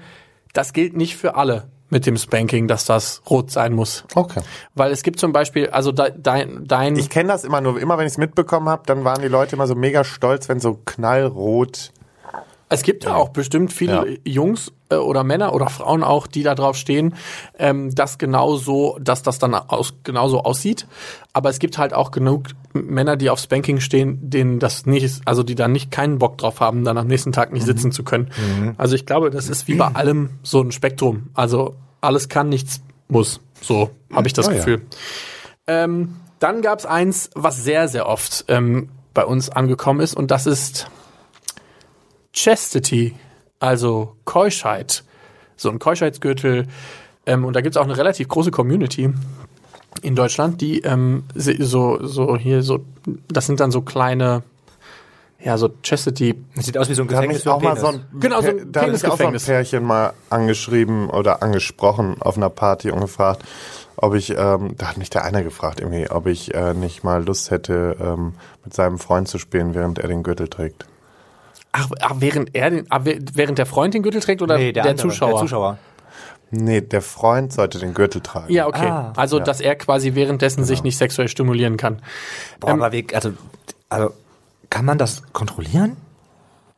S1: das gilt nicht für alle mit dem Spanking, dass das rot sein muss.
S3: Okay.
S1: Weil es gibt zum Beispiel, also de, dein, dein
S3: Ich kenne das immer nur, immer wenn ich es mitbekommen habe, dann waren die Leute immer so mega stolz, wenn so knallrot
S1: Es gibt ja auch bestimmt viele
S3: Ja.
S1: Jungs äh, oder Männer oder Frauen auch, die da drauf stehen, ähm, dass genauso, dass das dann aus, genauso aussieht. Aber es gibt halt auch genug Männer, die auf Spanking stehen, denen das nicht ist, also die da nicht keinen Bock drauf haben, dann am nächsten Tag nicht
S3: Mhm.
S1: sitzen zu können. Also ich glaube, das ist wie bei allem so ein Spektrum. Also alles kann, nichts muss. So habe ich das
S3: Ah, ja.
S1: Gefühl. Ähm, dann gab es eins, was sehr, sehr oft ähm, bei uns angekommen ist, und das ist Chastity, also Keuschheit. So ein Keuschheitsgürtel. Ähm, und da gibt es auch eine relativ große Community in Deutschland, die ähm, se- so, so hier, so, das sind dann so kleine, ja, so Chastity.
S2: Das sieht aus wie so ein
S3: Da hat
S2: Gefängnis
S3: mich
S2: für einen
S3: auch mal
S2: Penis.
S3: so ein,
S1: Genau, so ein
S3: Pe- da hat mich auch so ein
S1: Penisgefängnis.
S3: Pärchen mal angeschrieben oder angesprochen auf einer Party und gefragt, ob ich, ähm, da hat mich der eine gefragt irgendwie, ob ich äh, nicht mal Lust hätte, ähm, mit seinem Freund zu spielen, während er den Gürtel trägt.
S1: Ach, ach während er den, ah, we- während der Freund den Gürtel trägt oder
S3: äh,
S1: der,
S2: andere,
S1: Zuschauer?
S2: Der Zuschauer.
S3: Nee, der Freund sollte den Gürtel tragen.
S1: Ja, Genau. okay.
S2: Ah,
S1: also, dass er quasi währenddessen sich nicht sexuell stimulieren kann.
S2: Boah,
S3: Ähm,
S2: aber wie, also, also, kann man das kontrollieren?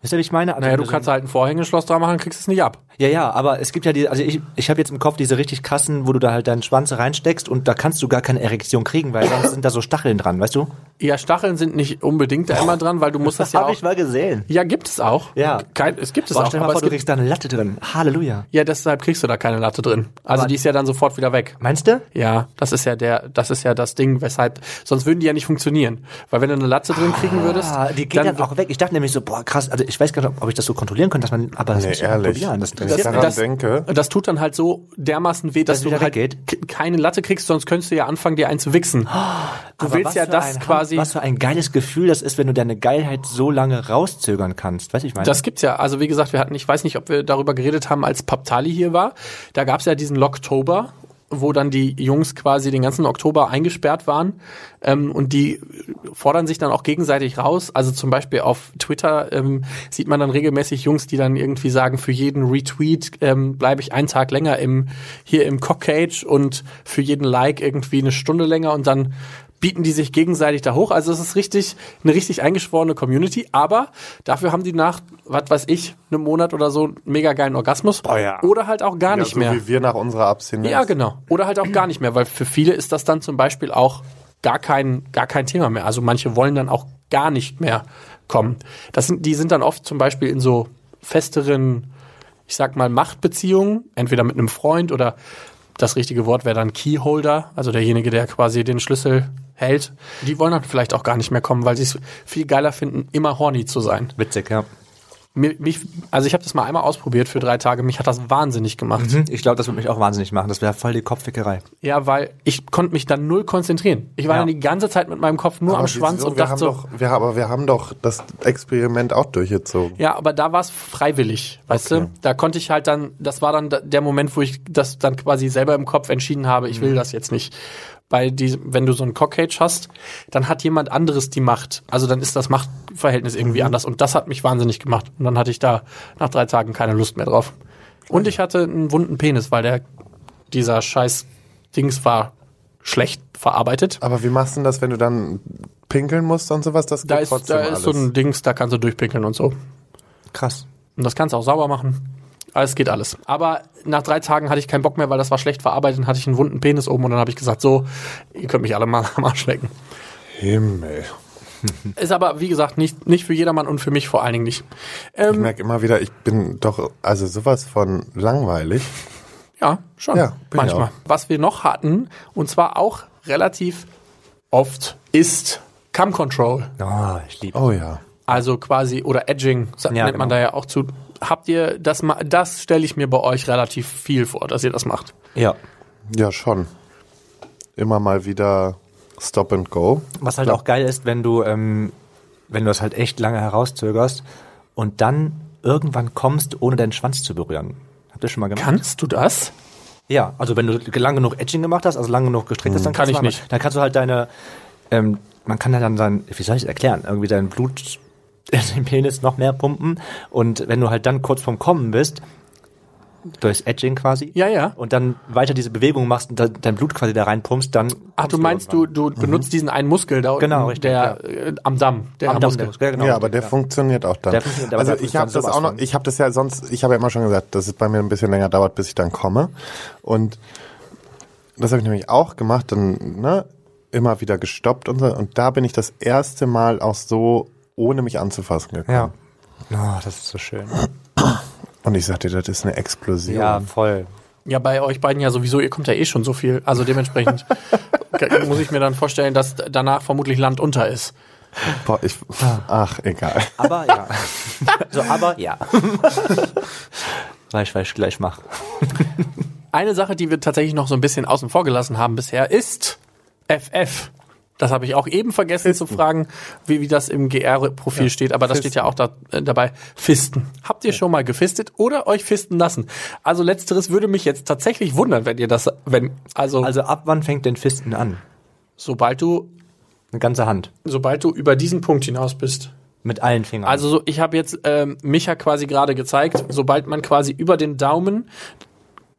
S2: Wisst ihr, wie ich meine? Also,
S1: Naja, du
S2: so-
S1: kannst halt ein Vorhängeschloss dran machen, kriegst es nicht ab.
S2: Ja, ja, aber es gibt ja die, also ich, ich habe jetzt im Kopf diese richtig krassen, wo du da halt deinen Schwanz reinsteckst und da kannst du gar keine Erektion kriegen, weil sonst sind da so Stacheln dran, weißt du?
S1: Ja, Stacheln sind nicht unbedingt da immer dran, weil du musst das ja
S2: Hab
S1: auch.
S2: mal gesehen.
S1: Ja, gibt es auch.
S2: Ja.
S1: Kein, es gibt es
S2: Boah,
S1: auch.
S2: stell dir
S1: Aber
S2: mal vor,
S1: es
S2: du
S1: gibt,
S2: kriegst da eine Latte drin. Halleluja.
S1: ja, deshalb kriegst du da keine Latte drin. Also
S2: Aber-
S1: die ist ja dann sofort wieder weg.
S2: Meinst du?
S1: Ja, das ist ja der, das ist ja das Ding, weshalb. Sonst würden die ja nicht funktionieren. Weil wenn du eine Latte drin kriegen würdest,
S2: Ah, die geht dann, auch weg. Ich dachte nämlich so, boah, krass, also ich weiß gar nicht, ob ich das so kontrollieren könnte, dass man, aber das
S3: Nee,
S2: muss man
S3: ehrlich.
S2: probieren. Das
S3: Wenn
S2: interessiert
S3: ich
S2: mich.
S3: daran denke.
S1: das tut dann halt so dermaßen weh, dass
S2: es
S1: du
S2: wieder
S1: halt
S2: weggeht?
S1: ke- keine Latte kriegst, sonst könntest du ja anfangen, dir einen zu wichsen. Du
S2: Ah, Aber was
S1: willst ja
S2: für
S1: das
S2: ein Ham-
S1: quasi.
S2: Was für ein geiles Gefühl das ist, wenn du deine Geilheit so lange rauszögern kannst. Weißt du, ich meine?
S1: Das gibt's ja. Also wie gesagt, wir hatten, ich weiß nicht, ob wir darüber geredet haben, als Paptali hier war. Da gab's ja diesen Locktober, wo dann die Jungs quasi den ganzen Oktober eingesperrt waren. Ähm, und die fordern sich dann auch gegenseitig raus. Also zum Beispiel auf Twitter ähm, sieht man dann regelmäßig Jungs, die dann irgendwie sagen, für jeden Retweet ähm, bleibe ich einen Tag länger im, hier im Cockcage und für jeden Like irgendwie eine Stunde länger und dann bieten die sich gegenseitig da hoch. Also es ist richtig, eine richtig eingeschworene Community, aber dafür haben die nach, was weiß ich, einem Monat oder so einen mega geilen Orgasmus.
S2: ja.
S1: Oder halt auch gar
S3: Oh ja,
S1: nicht
S3: so
S1: mehr.
S3: wie wir nach unserer Abstinenz.
S1: Ja, genau. Oder halt auch gar nicht mehr, weil für viele ist das dann zum Beispiel auch gar kein, gar kein Thema mehr. Also manche wollen dann auch gar nicht mehr kommen. Das sind, die sind dann oft zum Beispiel in so festeren, ich sag mal, Machtbeziehungen, entweder mit einem Freund oder das richtige Wort wäre dann Keyholder, also derjenige, der quasi den Schlüssel hält. Die wollen dann vielleicht auch gar nicht mehr kommen, weil sie es viel geiler finden, immer horny zu sein.
S2: Witzig, ja.
S1: Mir, mich, also ich habe das mal einmal ausprobiert für drei Tage, mich hat das wahnsinnig gemacht.
S2: Hm, Ich glaube, das würde mich auch wahnsinnig machen. Das wäre voll die Kopfwickerei.
S1: Ja, weil ich konnte mich dann null konzentrieren. Ich war
S2: Ja.
S1: dann die ganze Zeit mit meinem Kopf nur am
S3: Aber
S1: Schwanz
S3: wieso?
S1: und
S3: wir
S1: dachte
S3: haben
S1: so,
S3: doch, wir, aber wir haben doch das Experiment auch durchgezogen.
S1: ja, aber da war es freiwillig, weißt du? Da konnte ich halt dann, das war dann da- der Moment, wo ich das dann quasi selber im Kopf entschieden habe,
S3: Mhm.
S1: ich will das jetzt nicht. Bei die, wenn du so einen Cockcage hast, dann hat jemand anderes die Macht. Also dann ist das Machtverhältnis
S3: Mhm.
S1: irgendwie anders. Und das hat mich wahnsinnig gemacht. Und dann hatte ich da nach drei Tagen keine Lust mehr drauf. Und ich hatte einen wunden Penis, weil der dieser scheiß Dings war schlecht verarbeitet.
S3: Aber wie machst du denn das, wenn du dann pinkeln musst und sowas? Das
S1: Da
S3: geht
S1: ist,
S3: trotzdem
S1: da
S3: alles.
S1: ist so ein Dings, da kannst du durchpinkeln und so.
S2: Krass.
S1: Und das kannst du auch sauber machen. Alles geht alles. Aber nach drei Tagen hatte ich keinen Bock mehr, weil das war schlecht verarbeitet und hatte ich einen wunden Penis oben und dann habe ich gesagt, so, ihr könnt mich alle mal am Arsch lecken.
S3: Himmel.
S1: Ist aber, wie gesagt, nicht, nicht für jedermann und für mich vor allen Dingen nicht. Ähm,
S3: Ich merke immer wieder, ich bin doch also sowas von langweilig.
S1: Ja, schon.
S3: Ja, bin ich
S1: manchmal.
S3: auch.
S1: Was wir noch hatten, und zwar auch relativ oft, ist Cam Control.
S2: Oh, ich liebe
S3: Oh ja.
S1: Also quasi, oder Edging, sagt,
S2: Ja,
S1: nennt man
S2: genau.
S1: da ja auch zu. Habt ihr das mal, das stelle ich mir bei euch relativ viel vor, dass ihr das macht.
S2: Ja.
S3: Ja, schon. Immer mal wieder Stop and Go.
S2: Was halt auch geil ist, wenn du, ähm, wenn du das halt echt lange herauszögerst und dann irgendwann kommst, ohne deinen Schwanz zu berühren. Habt ihr schon mal gemacht?
S1: Kannst du das?
S2: Ja, also wenn du lang genug Edging gemacht hast, also lang genug gestreckt hast, dann
S1: Mhm. Kann
S2: kannst
S1: ich
S2: du mal-
S1: nicht.
S2: Dann kannst du halt deine, ähm, man kann ja dann sein, wie soll ich das erklären, irgendwie dein Blut in den Penis noch mehr pumpen und wenn du halt dann kurz vorm Kommen bist, durchs Edging quasi.
S1: Ja, ja.
S2: Und dann weiter diese Bewegung machst und dann dein Blut quasi da reinpumpst, dann.
S1: Ach, du meinst, du, du benutzt diesen einen Muskel da unten,
S2: Mhm. Genau, richtig,
S1: der äh, am Damm, der
S2: am Muskel. Ja, genau.
S3: ja, aber der funktioniert auch dann.
S2: Der funktioniert, aber
S3: also
S2: der
S3: ich habe das
S2: funktioniert
S3: auch
S2: sowas
S3: noch,
S2: von.
S3: ich habe das ja sonst, ich habe ja immer schon gesagt, dass es bei mir ein bisschen länger dauert, bis ich dann komme. Und das habe ich nämlich auch gemacht, dann ne, immer wieder gestoppt und so. Und da bin ich das erste Mal auch so, ohne mich anzufassen gekommen.
S2: Ja. Oh, das ist so schön.
S3: Und ich sagte, das ist eine Explosion.
S2: Ja, voll.
S1: Ja, bei euch beiden ja sowieso, ihr kommt ja eh schon so viel. Also dementsprechend ge- muss ich mir dann vorstellen, dass d- danach vermutlich Land unter ist.
S3: Boah, ich,
S2: Ah.
S3: ach, egal.
S2: Aber ja. so, aber ja. Weiß, weiß, gleich mach.
S1: Eine Sache, die wir tatsächlich noch so ein bisschen außen vor gelassen haben bisher, ist FF. Das habe ich auch eben vergessen zu fragen, wie, wie das im GR-Profil steht, aber das steht ja auch da, äh, dabei. Fisten. Habt ihr schon mal gefistet oder euch fisten lassen? Also letzteres würde mich jetzt tatsächlich wundern, wenn ihr das, wenn, also,
S2: Also ab wann fängt denn Fisten an?
S1: sobald du,
S2: Eine ganze Hand.
S1: sobald du über diesen Punkt hinaus bist.
S2: Mit allen Fingern.
S1: Also so, ich habe jetzt ähm, Micha quasi gerade gezeigt, sobald man quasi über den Daumen,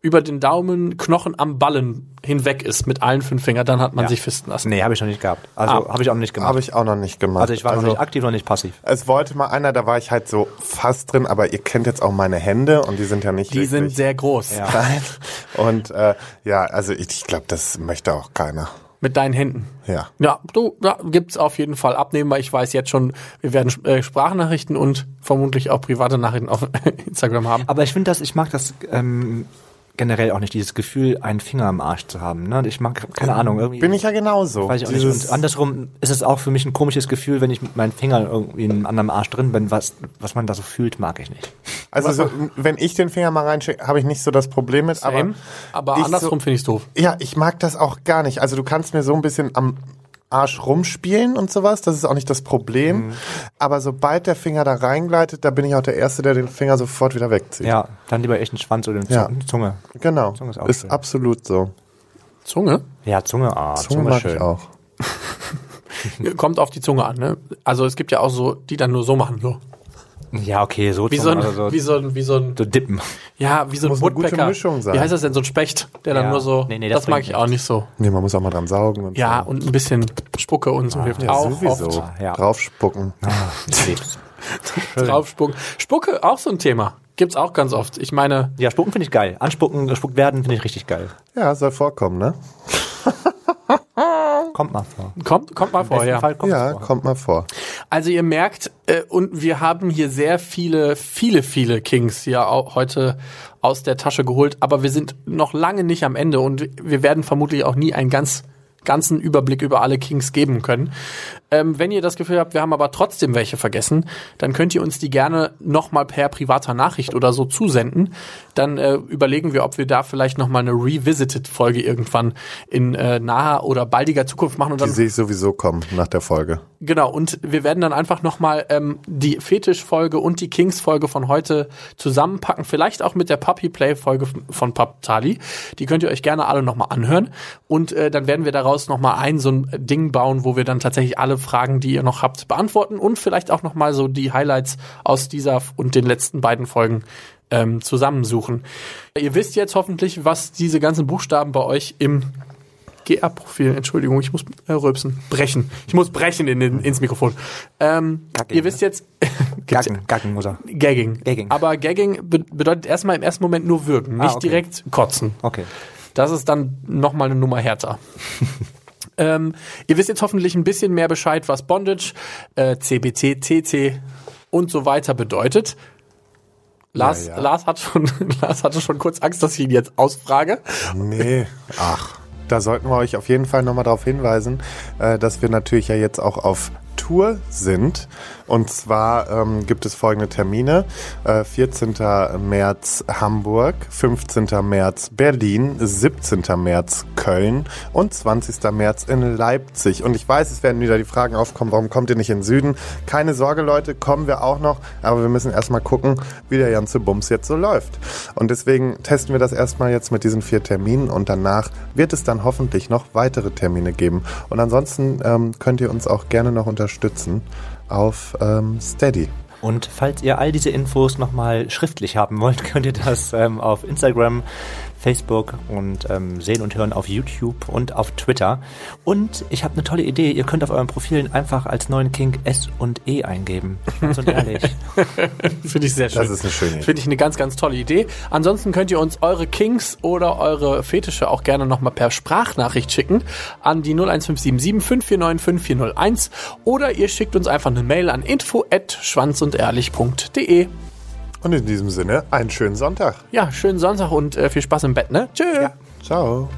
S1: über den Daumenknochen am Ballen hinweg ist mit allen fünf Fingern, dann hat man
S2: Ja.
S1: sich fisten lassen.
S2: Nee, habe ich noch nicht gehabt. Also
S1: Ah.
S2: habe ich auch noch nicht gemacht.
S3: Habe ich auch noch nicht gemacht.
S2: also ich war noch nicht aktiv, noch nicht passiv.
S3: es wollte mal einer, da war ich halt so fast drin, aber ihr kennt jetzt auch meine Hände und die sind ja nicht
S1: Die sind
S3: wirklich
S1: sehr groß.
S3: klein. Und äh, ja, also ich, ich glaube, das möchte auch keiner.
S1: Mit deinen Händen.
S3: Ja.
S1: Ja, du, da gibt's auf jeden Fall Abnehmer. Ich weiß jetzt schon, wir werden äh, Sprachnachrichten und vermutlich auch private Nachrichten auf Instagram haben.
S2: Aber ich finde das, ich mag das ähm, generell auch nicht, dieses Gefühl, einen Finger am Arsch zu haben. Ne? Ich mag, keine Ahnung, irgendwie.
S3: Bin ich ja genauso.
S2: Weiß ich auch
S3: Dieses-
S2: nicht. Und andersrum ist es auch für mich ein komisches Gefühl, wenn ich mit meinen Fingern irgendwie in einem anderen Arsch drin bin. Was, was man da so fühlt, mag ich nicht.
S3: Also so, wenn ich den Finger mal reinschicke, habe ich nicht so das Problem mit.
S1: Same.
S3: Aber,
S1: Ähm, Aber
S3: ich
S1: andersrum finde ich's doof.
S3: So, ja, ich mag das auch gar nicht. Also du kannst mir so ein bisschen am Arsch rumspielen und sowas, das ist auch nicht das
S2: Mhm.
S3: Problem. Aber sobald der Finger da reingleitet, da bin ich auch der Erste, der den Finger sofort wieder wegzieht.
S2: Ja, dann lieber echt einen Schwanz oder eine
S3: Ja.
S2: Zunge- Zunge.
S3: Genau.
S2: Zunge
S3: ist
S2: ist auch schön.
S3: absolut so.
S1: Zunge?
S2: Ja, Zunge, ah,
S3: Zunge,
S2: Zunge,
S3: mag
S2: schön.
S3: ich auch.
S1: Kommt auf die Zunge an, ne? Also es gibt ja auch so, die dann nur so machen, so.
S2: Ja, okay, so
S1: Wie so
S2: Zunge
S1: ein,
S2: oder so.
S1: wie so ein, wie so ein
S2: so dippen.
S1: Ja, wie so ein
S3: Also Muss eine gute
S1: Woodpecker.
S3: Mischung sein.
S1: Wie heißt das denn, so ein Specht, der dann
S2: Ja.
S1: nur so,
S2: Nee, nee,
S1: das,
S2: das
S1: mag
S2: bringt
S1: ich auch nicht so.
S3: Nee, man muss auch mal dran saugen. Und
S1: Ja,
S3: so.
S1: und ein bisschen Spucke und so hilft
S3: Ah, ja,
S1: auch
S3: sowieso.
S1: oft.
S2: ja.
S3: Draufspucken.
S2: Nee.
S1: Draufspucken. Spucke, auch so ein Thema. Gibt's auch ganz oft. Ich meine,
S2: Ja, spucken finde ich geil. Anspucken, gespuckt werden finde ich richtig geil.
S3: Ja, soll vorkommen, ne?
S2: Kommt mal vor.
S1: kommt, kommt mal
S2: Im besten
S1: vorher.
S2: Fall kommt
S3: ja,
S2: es vor.
S3: kommt mal vor.
S1: Also ihr merkt, äh, und wir haben hier sehr viele, viele, viele Kings hier au- heute aus der Tasche geholt, aber wir sind noch lange nicht am Ende und wir werden vermutlich auch nie einen ganz, ganzen Überblick über alle Kings geben können. Ähm, wenn ihr das Gefühl habt, wir haben aber trotzdem welche vergessen, dann könnt ihr uns die gerne nochmal per privater Nachricht oder so zusenden. Dann äh, überlegen wir, ob wir da vielleicht nochmal eine Revisited-Folge irgendwann in äh, naher oder baldiger Zukunft machen. Und
S3: Die
S1: dann
S3: sehe ich sowieso kommen nach der Folge.
S1: Genau, und wir werden dann einfach nochmal ähm, die Fetisch-Folge und die Kings-Folge von heute zusammenpacken. Vielleicht auch mit der Puppy-Play-Folge f- von Paptali. Die könnt ihr euch gerne alle nochmal anhören. Und äh, dann werden wir daraus nochmal ein so ein Ding bauen, wo wir dann tatsächlich alle Fragen, die ihr noch habt, beantworten und vielleicht auch nochmal so die Highlights aus dieser f- und den letzten beiden Folgen ähm, zusammensuchen. Ihr wisst jetzt hoffentlich, was diese ganzen Buchstaben bei euch im GR-Profil, Entschuldigung, ich muss äh, rülpsen, brechen. Ich muss brechen in, den- ins Mikrofon. Ähm,
S2: Gagging,
S1: ihr wisst jetzt,
S2: Gacken, Gacken muss er.
S1: Gagging.
S2: Gagging.
S1: Aber Gagging be bedeutet erstmal im ersten Moment nur würgen,
S2: Ah,
S1: nicht
S2: okay.
S1: direkt kotzen.
S2: Okay.
S1: Das ist dann nochmal eine Nummer härter. ähm, ihr wisst jetzt hoffentlich ein bisschen mehr Bescheid, was Bondage, äh, CBT, TT und so weiter bedeutet. Lars,
S3: Ja, ja.
S1: Lars, hat schon, Lars hatte schon kurz Angst, dass ich ihn jetzt ausfrage.
S3: Nee, ach. Da sollten wir euch auf jeden Fall nochmal darauf hinweisen, äh, dass wir natürlich ja jetzt auch auf Tour sind. Und zwar ähm, gibt es folgende Termine. Äh, 14. März Hamburg, 15. März Berlin, 17. März Köln und 20. März in Leipzig. Und ich weiß, es werden wieder die Fragen aufkommen, warum kommt ihr nicht in den Süden? Keine Sorge, Leute, kommen wir auch noch. Aber wir müssen erstmal gucken, wie der ganze Bums jetzt so läuft. Und deswegen testen wir das erstmal jetzt mit diesen vier Terminen und danach wird es dann hoffentlich noch weitere Termine geben. Und ansonsten ähm, könnt ihr uns auch gerne noch unterstützen auf ähm, Steady.
S2: Und falls ihr all diese Infos nochmal schriftlich haben wollt, könnt ihr das ähm, auf Instagram, Facebook und ähm, sehen und hören auf YouTube und auf Twitter. Und ich habe eine tolle Idee. Ihr könnt auf euren Profilen einfach als neuen Kink S und E eingeben. Ganz und ehrlich.
S1: Finde ich sehr schön.
S3: Das ist eine schöne Idee.
S1: Finde ich eine ganz, ganz tolle Idee. Ansonsten könnt ihr uns eure Kings oder eure Fetische auch gerne nochmal per Sprachnachricht schicken an die 01577 549 5401 oder ihr schickt uns einfach eine Mail an info at schwanzundehrlich.de.
S3: Und in diesem Sinne, einen schönen Sonntag.
S1: Ja, schönen Sonntag und äh, viel Spaß im Bett, ne? Tschö.
S3: Ciao.